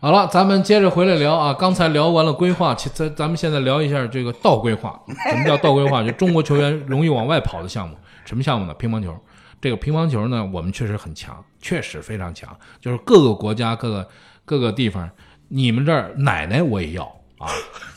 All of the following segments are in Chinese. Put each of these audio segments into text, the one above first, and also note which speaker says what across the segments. Speaker 1: 好了，咱们接着回来聊啊。刚才聊完了规划，其咱咱们现在聊一下这个倒规划。什么叫倒规划？就中国球员容易往外跑的项目，什么项目呢？乒乓球。这个乒乓球呢，我们确实很强，确实非常强。就是各个国家、各个各个地方，你们这儿奶奶我也要啊，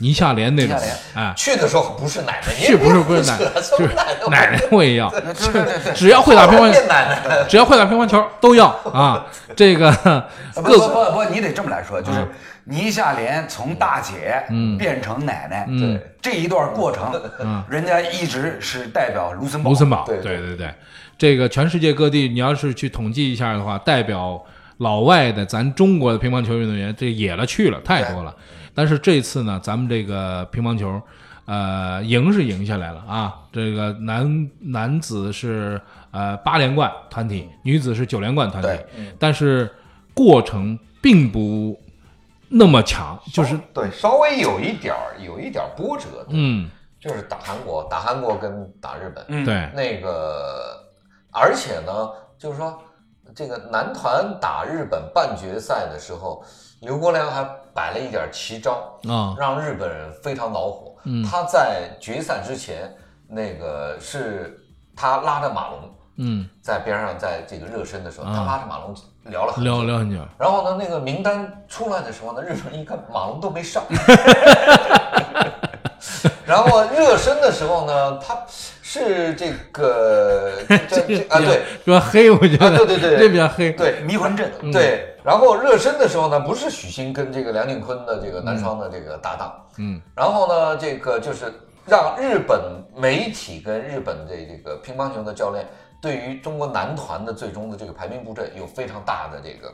Speaker 1: 泥下联那种
Speaker 2: 泥下联，哎
Speaker 1: 哎，
Speaker 2: 去的时候不是奶奶，
Speaker 1: 是不是不 是奶
Speaker 2: 扯什
Speaker 1: 就
Speaker 2: 么
Speaker 1: 是
Speaker 2: 奶奶？
Speaker 1: 奶奶我也要，
Speaker 2: 对对对，
Speaker 1: 只要会打乒乓球
Speaker 2: 变，奶奶了。
Speaker 1: 只要会打乒乓球都要啊。这个
Speaker 3: 呃不
Speaker 1: 各嗯
Speaker 3: 不
Speaker 1: 个
Speaker 3: 不不，你得这么来说，就是倪夏莲从大姐变成奶奶，
Speaker 1: 嗯
Speaker 3: 对嗯这一段过程，人家一直是代表卢森堡。
Speaker 1: 卢森堡，
Speaker 2: 对
Speaker 1: 对对对，这个全世界各地，你要是去统计一下的话，代表老外的咱中国的乒乓球运动员，这野了去了，太多了。但是这次呢，咱们这个乒乓球，呃，赢是赢下来了啊。这个男男子是呃八连冠团体，女子是九连冠团体
Speaker 3: 对，
Speaker 1: 但是过程并不那么强，就是
Speaker 2: 嗯对，稍微有一点儿，有一点儿波折，
Speaker 1: 嗯，
Speaker 2: 就是打韩国，打韩国跟打日本，
Speaker 3: 嗯
Speaker 1: 对，
Speaker 2: 那个，而且呢，就是说这个男团打日本半决赛的时候，刘国梁还摆了一点奇招，
Speaker 1: 啊
Speaker 2: 让日本人非常恼火。
Speaker 1: 嗯
Speaker 2: 他在决赛之前，那个是他拉着马龙
Speaker 1: 嗯，
Speaker 2: 在边上，在这个热身的时候，他
Speaker 1: 啊
Speaker 2: 拉着马龙聊了很久
Speaker 1: 聊聊很久，
Speaker 2: 然后呢，那个名单出来的时候呢，日本人一看马龙都没上。 然后热身的时候呢，他是这个这这啊对
Speaker 1: 比较黑，我觉得
Speaker 2: 啊对对对
Speaker 1: 这比较黑，
Speaker 2: 对
Speaker 3: 迷魂阵，
Speaker 2: 对。然后热身的时候呢，不是许昕跟这个梁靖昆的这个男双的这个搭档，
Speaker 1: 嗯，
Speaker 2: 然后呢，这个就是让日本媒体跟日本的这个乒乓球的教练对于中国男团的最终的这个排名布阵有非常大的这个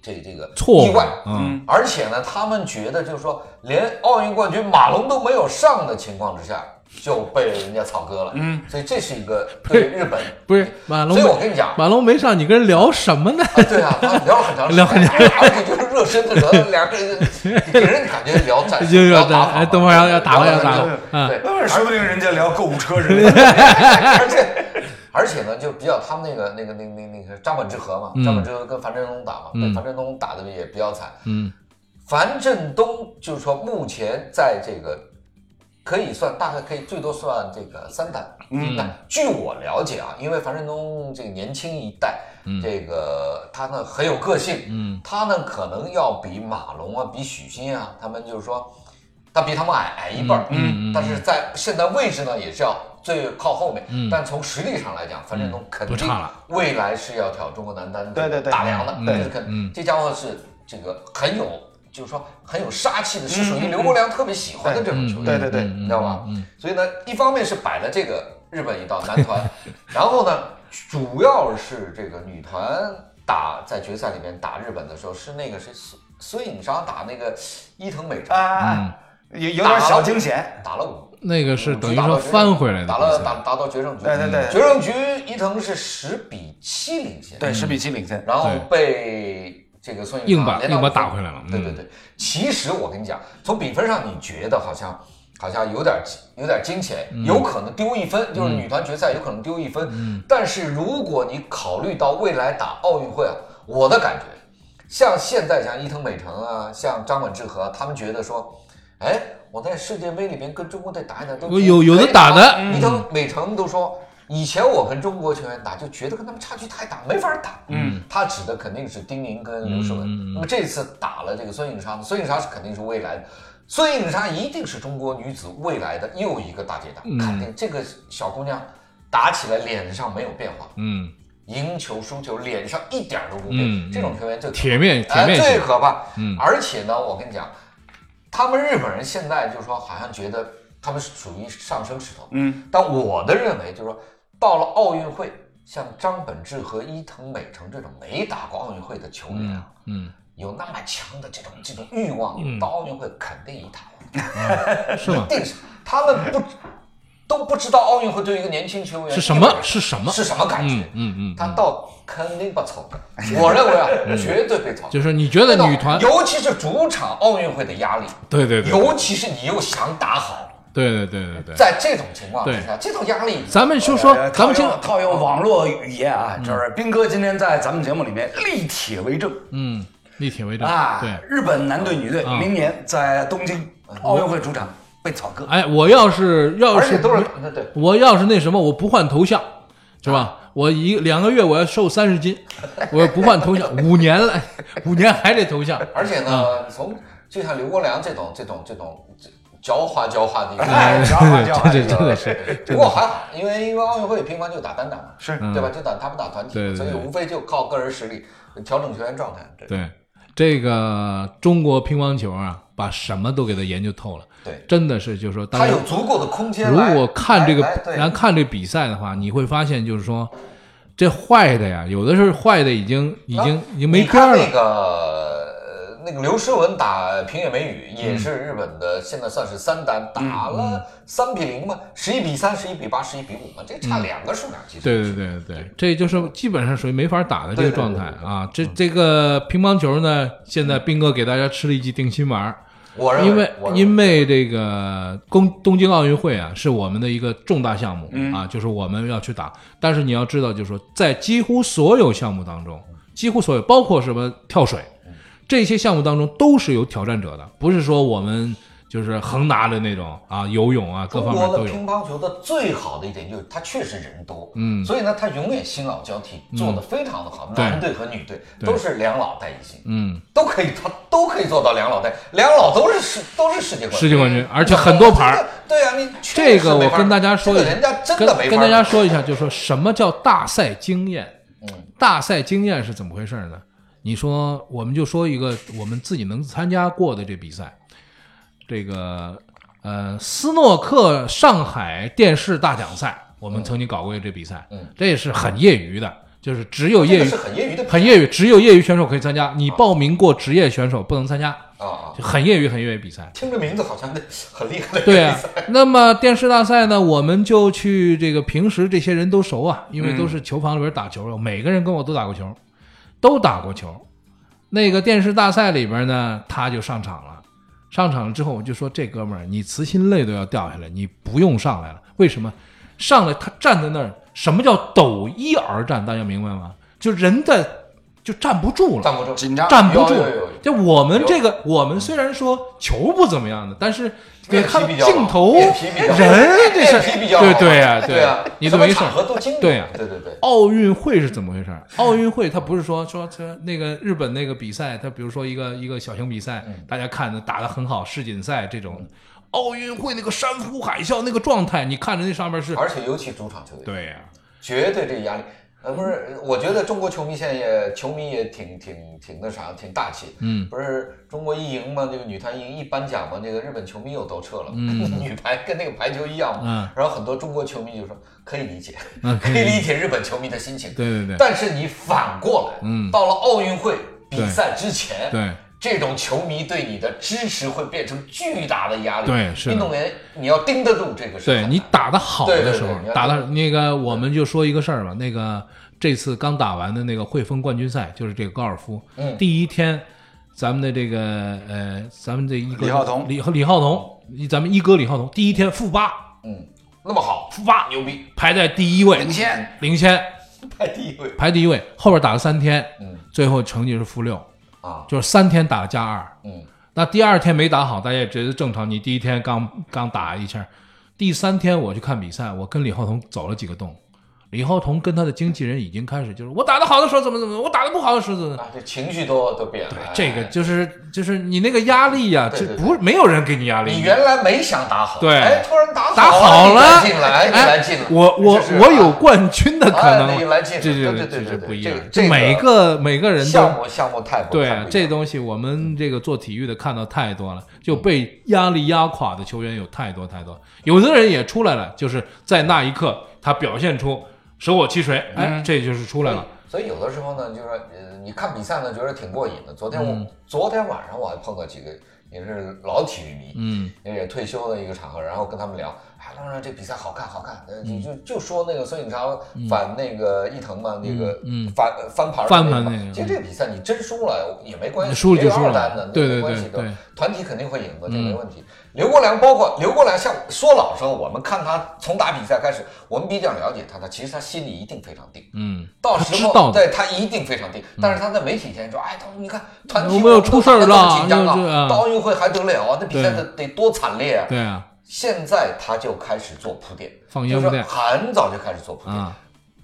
Speaker 2: 这这个
Speaker 1: 错
Speaker 2: 意
Speaker 1: 误
Speaker 2: 外，，
Speaker 1: 嗯
Speaker 2: 而且呢，他们觉得就是说，连奥运冠军马龙都没有上的情况之下，就被人家草割了。嗯，所以这是一个对日本
Speaker 1: 不是马龙
Speaker 2: 所以
Speaker 1: 没
Speaker 2: 我跟你讲
Speaker 1: 马龙没上，你跟人聊什么呢？
Speaker 2: 啊，对啊，他们聊了很长时间，
Speaker 1: 聊很
Speaker 2: 而且就是热身的时候，两个人就给人感觉聊战术，
Speaker 1: 就
Speaker 2: 聊
Speaker 1: 要
Speaker 2: 打法嘛，
Speaker 1: 哎，等会儿要要打了
Speaker 2: 聊
Speaker 1: 要
Speaker 2: 得
Speaker 1: 打
Speaker 2: 很
Speaker 1: 了
Speaker 2: 久，
Speaker 1: 嗯，
Speaker 2: 对，
Speaker 3: 那哎说不定人家聊购物车之类的。
Speaker 2: 而且而且呢，就比较他们那个那个那那那个张本智和嘛，张本智和跟樊振东打嘛，被樊振东打的也比较惨。
Speaker 1: 嗯，
Speaker 2: 樊振东就是说目前在这个可以算大概可以最多算这个三单。嗯，那据我了解啊，因为樊振东这个年轻一代，这个他呢很有个性，
Speaker 1: 嗯，
Speaker 2: 他呢可能要比马龙啊、比许昕啊，他们就是说他比他们矮矮一辈儿，
Speaker 1: 嗯嗯嗯
Speaker 2: 但是在现在位置呢也是要最靠后面，但从实力上来讲，樊振东肯
Speaker 1: 嗯不
Speaker 2: 定
Speaker 1: 差了
Speaker 2: 未来是要挑中国男单
Speaker 3: 对对对
Speaker 2: 打量的，
Speaker 1: 嗯
Speaker 2: 这是肯，
Speaker 1: 嗯
Speaker 2: 这家伙是这个很有，就是说很有杀气的，
Speaker 1: 嗯
Speaker 2: 是属于刘国梁特别喜欢的这种球员，
Speaker 3: 对对对，
Speaker 2: 你知道吧？
Speaker 1: 嗯
Speaker 2: 所以呢，一方面是摆了这个日本一道男团，然后呢，主要是这个女团打在决赛里面打日本的时候，是那个谁孙孙颖莎打那个伊藤美
Speaker 3: 啊
Speaker 2: 诚
Speaker 3: 啊，啊
Speaker 1: 嗯
Speaker 3: 有有点小惊险。
Speaker 2: 打了五。
Speaker 1: 那个是等于
Speaker 2: 打
Speaker 1: 说
Speaker 2: 到决胜
Speaker 1: 翻回来的
Speaker 2: 打
Speaker 1: 比
Speaker 2: 了
Speaker 1: 赛
Speaker 2: 打打到决胜局，
Speaker 3: 对对对
Speaker 2: 决胜局伊藤是十比七领先，
Speaker 1: 嗯
Speaker 3: 对，十比七领先。
Speaker 2: 然后
Speaker 1: 对
Speaker 2: 被这个孙颖莎
Speaker 1: 硬把
Speaker 2: 连到
Speaker 1: 硬把
Speaker 2: 五分
Speaker 1: 打回来了嗯
Speaker 2: 对对对，其实我跟你讲，从比分上你觉得好像好像有点有点惊险，
Speaker 1: 嗯
Speaker 2: 有可能丢一分，就是女团决赛有可能丢一分。但是如果你考虑到未来打奥运会啊，我的感觉，像现在像伊藤美诚啊，像张本智和啊，他们觉得说，哎，我在世界杯里面跟中国队打一打都
Speaker 1: 我有有的打的
Speaker 2: 可以伊藤美诚都说。以前我跟中国球员打，就觉得跟他们差距太大，没法打。嗯，他指的肯定是丁宁跟刘诗雯。
Speaker 1: 嗯
Speaker 2: 那么这次打了这个孙颖莎，孙颖莎是肯定是未来的，孙颖莎一定是中国女子未来的又一个大姐
Speaker 1: 嗯
Speaker 2: 大，肯定这个小姑娘打起来脸上没有变化，
Speaker 1: 嗯，
Speaker 2: 赢球输球脸上一点都不变，
Speaker 1: 嗯
Speaker 2: 这种球员就
Speaker 1: 铁面铁
Speaker 2: 哎
Speaker 1: 面
Speaker 2: 最
Speaker 1: 型，
Speaker 2: 可怕。
Speaker 1: 嗯
Speaker 2: 而且呢，我跟你讲，他们日本人现在就说好像觉得他们是属于上升势头，
Speaker 3: 嗯，
Speaker 2: 但我的认为就是说，到了奥运会，像张本智和伊藤美诚这种没打过奥运会的球员啊，
Speaker 1: 嗯，
Speaker 2: 有那么强的这种这种欲望，到奥运会肯定一塌糊涂，
Speaker 1: 是吗
Speaker 2: 一？定是他们不都不知道奥运会对于一个年轻球员
Speaker 1: 是什
Speaker 2: 一
Speaker 1: 么？
Speaker 2: 个
Speaker 1: 是什么？
Speaker 2: 是什么感觉
Speaker 1: 嗯？嗯嗯，
Speaker 2: 他到肯定被草根，我认为啊，绝对被草根。
Speaker 1: 就是你觉得女团，
Speaker 2: 尤其是主场奥运会的压力，
Speaker 1: 对对对，
Speaker 2: 尤其是你又想打好，
Speaker 1: 对对对对对，
Speaker 2: 在哎这种情况之下，这种压力，
Speaker 1: 咱们就说
Speaker 3: 呃，
Speaker 1: 哦咱
Speaker 3: 套
Speaker 1: 们就
Speaker 3: 用套用网络语言啊，就是斌哥今天在咱们节目里面力铁为证。嗯，
Speaker 1: 立铁为证
Speaker 2: 哎
Speaker 3: 啊
Speaker 1: 对，
Speaker 3: 日本男队、女队
Speaker 1: 啊
Speaker 3: 明年在东京奥运会主场被草割。
Speaker 1: 哎，我要是要
Speaker 2: 而且
Speaker 1: 是
Speaker 2: 都是那对，
Speaker 1: 我要是那什么，我不换头像，是吧？我一两个月我要瘦三十斤，我不换头像， 五年了，五年还这头 像，
Speaker 2: 而且
Speaker 1: 嗯
Speaker 2: 呢，从就像刘国梁这种这种这种这狡猾狡猾的一个
Speaker 3: 哎
Speaker 2: 人，
Speaker 3: 讲话讲话
Speaker 1: 这这真的是，
Speaker 2: 不过还好，因为因为奥运会乒乓就打单打嘛，
Speaker 3: 是
Speaker 2: 对吧？就打他不打团体
Speaker 1: 对对
Speaker 2: 嘛，所以
Speaker 1: 对
Speaker 2: 无非就靠个人实力调整球员状态。对
Speaker 1: 对这个中国乒乓球啊，把什么都给它研究透了，
Speaker 2: 对，
Speaker 1: 真的是就是说，当
Speaker 2: 他
Speaker 1: 然
Speaker 2: 有足够的空间
Speaker 1: 如
Speaker 2: 来。
Speaker 1: 果看这个
Speaker 2: 来来，对
Speaker 1: 咱看这比赛的话，你会发现就是说，这坏的呀，有的是坏的已经已经已经没
Speaker 2: 啊
Speaker 1: 边
Speaker 2: 你看
Speaker 1: 儿
Speaker 2: 那
Speaker 1: 了，
Speaker 2: 个呃那个刘诗雯打平野美宇也是日本的，现在算是三
Speaker 1: 嗯
Speaker 2: 单，打了三比零嘛，十一比三，十一比八，十一比五嘛，这差两个数量级。
Speaker 1: 嗯对对对对，这就是基本上属于没法打的这个
Speaker 2: 对对嗯
Speaker 1: 状态啊。这这个乒乓球呢，现在斌哥给大家吃了一剂定心丸儿，
Speaker 2: 我认
Speaker 1: 因为
Speaker 2: 我认
Speaker 1: 因为这个东东京奥运会啊，是我们的一个重大项目
Speaker 2: 嗯
Speaker 1: 啊，就是我们要去打。但是你要知道，就是说，在几乎所有项目当中，几乎所有，包括什么跳水
Speaker 2: 嗯
Speaker 1: 这些项目当中，都是有挑战者的，不是说我们就是横拿的那种啊，游泳啊各
Speaker 2: 中
Speaker 1: 方面
Speaker 2: 国
Speaker 1: 都
Speaker 2: 的
Speaker 1: 有。
Speaker 2: 乒乓球的最好的一点就是它确实人多，嗯，所以呢，它永远新老交替，做得非常的好。
Speaker 1: 嗯对
Speaker 2: 男队和女队
Speaker 1: 对
Speaker 2: 都是两老带一金，
Speaker 1: 嗯，
Speaker 2: 都可以，他都可以做到两老带，两老都是世都是世界冠军，
Speaker 1: 世界冠军而且很多牌儿。
Speaker 2: 对啊，你
Speaker 1: 这
Speaker 2: 确实
Speaker 1: 个
Speaker 2: 没
Speaker 1: 我
Speaker 2: 法
Speaker 1: 跟大家说一
Speaker 2: 这
Speaker 1: 下，
Speaker 2: 个人家真
Speaker 1: 跟
Speaker 2: 的没法啊
Speaker 1: 跟大家说一下，就说什么叫大赛经验？
Speaker 2: 嗯
Speaker 1: 大赛经验是怎么回事呢？你说，我们就说一个我们自己能参加过的这比赛，这个呃斯诺克上海电视大奖赛，我们曾经搞过这比赛，
Speaker 2: 嗯
Speaker 1: 这也是很业余的，就是只有
Speaker 2: 这
Speaker 1: 业
Speaker 2: 个
Speaker 1: 余
Speaker 2: 是，很业余的比赛，
Speaker 1: 很业余，只有业余选手可以参加，你报名过职业选手不能参加，
Speaker 2: 啊啊，
Speaker 1: 就很业余，很业余比赛。
Speaker 2: 听着名字好像那很厉害的
Speaker 1: 对
Speaker 2: 比
Speaker 1: 啊
Speaker 2: 赛，
Speaker 1: 那么电视大赛呢，我们就去这个平时这些人都熟啊，因为都是球房里边打球的，每个人跟我都打过球，都打过球。那个电视大赛里边呢，他就上场了。上场了之后，我就说这哥们儿，你慈心泪都要掉下来，你不用上来了。为什么？上来他站在那儿，什么叫陡一而战？大家明白吗？就人的就站不住了，
Speaker 2: 站不住，
Speaker 3: 紧张
Speaker 1: 站不住
Speaker 2: 啊有有有有。
Speaker 1: 就我们这个，我们虽然说球不怎么样的，但是给
Speaker 2: 面皮
Speaker 1: 看
Speaker 2: 比较好
Speaker 1: 镜头、
Speaker 2: 面皮比较好
Speaker 1: 人这事
Speaker 2: 面皮比较
Speaker 1: 儿，
Speaker 2: 好
Speaker 1: 对对呀，
Speaker 2: 对啊，
Speaker 1: 你
Speaker 2: 什
Speaker 1: 懂
Speaker 2: 么
Speaker 1: 我意思
Speaker 2: 场
Speaker 1: 吗？
Speaker 2: 合都经历，
Speaker 1: 对啊
Speaker 2: 对对对，
Speaker 1: 奥运会是怎么回事儿？奥运会它不是说说这那个日本那个比赛，它比如说一个一个小型比赛，
Speaker 2: 嗯
Speaker 1: 大家看的打得很好，世锦赛这种，奥运会那个山呼海啸那个状态，你看着那上面是，
Speaker 2: 而且尤其主场球队。
Speaker 1: 对呀，
Speaker 2: 绝对这个压力。呃，不是，我觉得中国球迷现在也，球迷也挺挺挺那啥，挺大气。
Speaker 1: 嗯，
Speaker 2: 不是中国一赢嘛，这个女团一赢一颁奖嘛，这个日本球迷又都撤了。嗯， 女排跟那个排球一样嘛。然后很多中国球迷就说可以理解，
Speaker 1: 嗯
Speaker 2: 可以理解日本球迷的心情。
Speaker 1: 对对对
Speaker 2: 但是你反过来，
Speaker 1: 嗯
Speaker 2: 到了奥运会比
Speaker 1: 对
Speaker 2: 赛之前，
Speaker 1: 对，
Speaker 2: 这种球迷对你的支持会变成巨大的压力。
Speaker 1: 对是的
Speaker 2: 运动员你要盯得住这个事。
Speaker 1: 对你打得好的时候
Speaker 2: 对对对，
Speaker 1: 打得那个我们就说一个事儿吧，那个这次刚打完的那个汇丰冠军赛，就是这个高尔夫，
Speaker 2: 嗯
Speaker 1: 第一天，咱们的这个呃，咱们这一哥
Speaker 3: 李浩彤
Speaker 1: 李李浩彤，一咱们一哥李浩彤，第一天负八，
Speaker 2: 嗯，那么好，
Speaker 1: 负八
Speaker 2: 牛逼，
Speaker 1: 排在第一位
Speaker 3: 领，先，
Speaker 1: 领先
Speaker 2: 排第一位
Speaker 1: 排第一位，后边打了三天，
Speaker 2: 嗯
Speaker 1: 最后成绩是负六，
Speaker 2: 啊，
Speaker 1: 就是三天打了加二，
Speaker 2: 嗯。
Speaker 1: 那第二天没打好，大家也觉得正常。你第一天刚刚打一下，第三天我去看比赛，我跟李浩彤走了几个洞。李浩彤跟他的经纪人已经开始就是我打得好的时候怎么怎么，我打得不好的时候怎么。
Speaker 2: 啊，这情绪都都变了。哎
Speaker 1: 这个就是就是你那个压力呀、
Speaker 2: 对
Speaker 1: 这
Speaker 2: 对对
Speaker 1: 不是没有人给你压力。
Speaker 2: 你原来没想打好，
Speaker 1: 对
Speaker 2: 哎，突然打
Speaker 1: 打好了哎
Speaker 2: 了，你来进来，你来进来，
Speaker 1: 我我
Speaker 2: 这是啊
Speaker 1: 我有冠军的可能
Speaker 2: 哎，你来进
Speaker 1: 这
Speaker 2: 来
Speaker 1: 这
Speaker 2: 对对
Speaker 1: 这
Speaker 2: 对
Speaker 1: 这
Speaker 2: 对
Speaker 1: 不一
Speaker 2: 这
Speaker 1: 样
Speaker 2: 个。
Speaker 1: 这
Speaker 2: 这个
Speaker 1: 每个每个人都
Speaker 2: 项目项目太不
Speaker 1: 对
Speaker 2: 太
Speaker 1: 啊
Speaker 2: 不，一
Speaker 1: 这
Speaker 2: 样
Speaker 1: 东西我们这个做体育的看到太多了，就被压力压垮的球员有太多太多。有的人也出来了，就是在那一刻他表现出舍我其谁，
Speaker 2: 嗯
Speaker 1: 哎，这就是出来了。
Speaker 2: 所以有的时候呢，就是说，呃，你看比赛呢，觉得挺过瘾的。昨天我、
Speaker 1: 嗯
Speaker 2: 昨天晚上我还碰到几个也是老体育迷，
Speaker 1: 嗯，
Speaker 2: 也退休的一个场合，然后跟他们聊，哎，让让这比赛好看好看，呃
Speaker 1: 嗯
Speaker 2: 你就就说那个孙颖超反那个伊藤嘛，那个
Speaker 1: 嗯
Speaker 2: 翻翻盘儿
Speaker 1: 翻盘
Speaker 2: 那
Speaker 1: 那个
Speaker 2: 其实这个比赛你真输了也没关系，
Speaker 1: 输了就
Speaker 2: 没有
Speaker 1: 输
Speaker 2: 二
Speaker 1: 了
Speaker 2: 单的，
Speaker 1: 对
Speaker 2: 没
Speaker 1: 对
Speaker 2: 关
Speaker 1: 对
Speaker 2: 系的
Speaker 1: 对嗯
Speaker 2: 团体肯定会赢的，这没问题。刘国梁包括刘国梁，像说老实话，我们看他从打比赛开始，我们比较了解他，他其实他心里一定非常定。
Speaker 1: 嗯，
Speaker 2: 到
Speaker 1: 他
Speaker 2: 时
Speaker 1: 知道
Speaker 2: 候
Speaker 1: 的
Speaker 2: 对他一定非常定，但是他在媒体前说：“哎，他说你看团体
Speaker 1: 有没有出事儿
Speaker 2: 我们都打
Speaker 1: 了
Speaker 2: 得这么紧张
Speaker 1: 就是啊
Speaker 2: 啊，到奥运会还得了啊？那比赛
Speaker 1: 对
Speaker 2: 得得多惨烈啊！”
Speaker 1: 对啊，
Speaker 2: 现在他就开始做铺垫，
Speaker 1: 放
Speaker 2: 就
Speaker 1: 烟
Speaker 2: 是
Speaker 1: 雾弹
Speaker 2: 很早就开始做铺垫。
Speaker 1: 啊，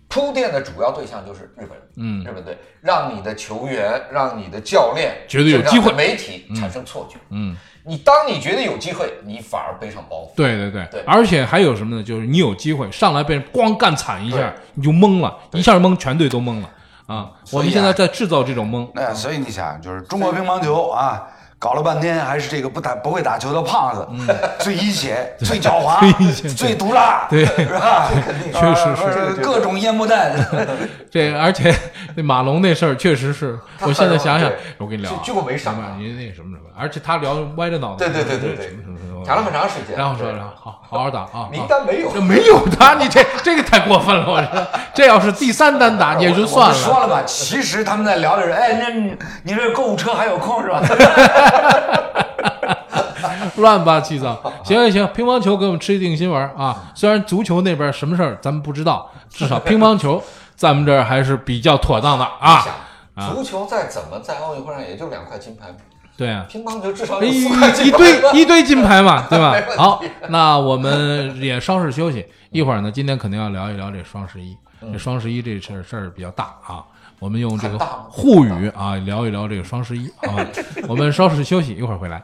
Speaker 2: 铺垫的主要对象就是日本人，
Speaker 1: 嗯
Speaker 2: 日本队让你的球员、让你的教练
Speaker 1: 觉得有机会
Speaker 2: 甚至让媒体产生错觉。
Speaker 1: 嗯，
Speaker 2: 你当你觉得有机会，你反而背上包袱。
Speaker 1: 对对对
Speaker 2: 对
Speaker 1: 而且还有什么呢？就是你有机会上来被人咣干惨一下
Speaker 2: 对，嗯
Speaker 1: 你就懵了，一下懵，全队都懵了啊！我
Speaker 3: 所以啊
Speaker 1: 们现在在制造这种懵，
Speaker 3: 那哎所以你想，就是中国乒乓球啊，搞了半天还是这个不打不会打球的胖子， 最阴险、最
Speaker 1: 嗯最
Speaker 3: 狡猾
Speaker 1: 阴险、
Speaker 3: 最毒辣，
Speaker 1: 对
Speaker 3: 是吧？
Speaker 1: 确实
Speaker 3: 啊
Speaker 1: 是
Speaker 3: 不各种烟幕弹。
Speaker 1: 这而且那马龙那事儿确实是，
Speaker 2: 他
Speaker 1: 我现在
Speaker 2: 很
Speaker 1: 想想
Speaker 2: 对，
Speaker 1: 我跟你聊啊，
Speaker 2: 就就没上
Speaker 1: 明白你那什么什么，而且他聊歪着脑子，
Speaker 2: 嗯对对对对对
Speaker 1: 什么什么什么，
Speaker 2: 谈了很长时间，
Speaker 1: 然后说，
Speaker 2: 对
Speaker 1: 然后好好好打啊，
Speaker 2: 名
Speaker 1: 啊
Speaker 2: 单没有
Speaker 1: 这，没有他，你这这个太过分了，我说这要是第三单打也就算
Speaker 3: 我们说
Speaker 1: 了，
Speaker 3: 了吧，其实他们在聊的是，哎，那你你这购物车还有空是吧？
Speaker 1: 乱八七糟。行行行，乒乓球给我们吃一定心丸
Speaker 2: 嗯
Speaker 1: 啊！虽然足球那边什么事儿咱们不知道，至少乒乓球咱们这儿还是比较妥当的 啊。
Speaker 2: 想足球再怎么在奥运会上也就两块金牌，
Speaker 1: 对啊。
Speaker 2: 乒乓球至 少有
Speaker 1: 一
Speaker 2: 四块
Speaker 1: 一
Speaker 2: 金牌
Speaker 1: 堆
Speaker 2: 吧
Speaker 1: 一堆金牌嘛，对吧
Speaker 2: 没问？题
Speaker 1: 好，那我们也稍事休息，一会儿呢，今天肯定要聊一聊这双十一，这双十一这事儿事儿比较大啊。我们用这个
Speaker 2: 嗯很大吗
Speaker 1: 沪语啊聊一聊这个双十一啊。我们稍事休息，一会儿回来。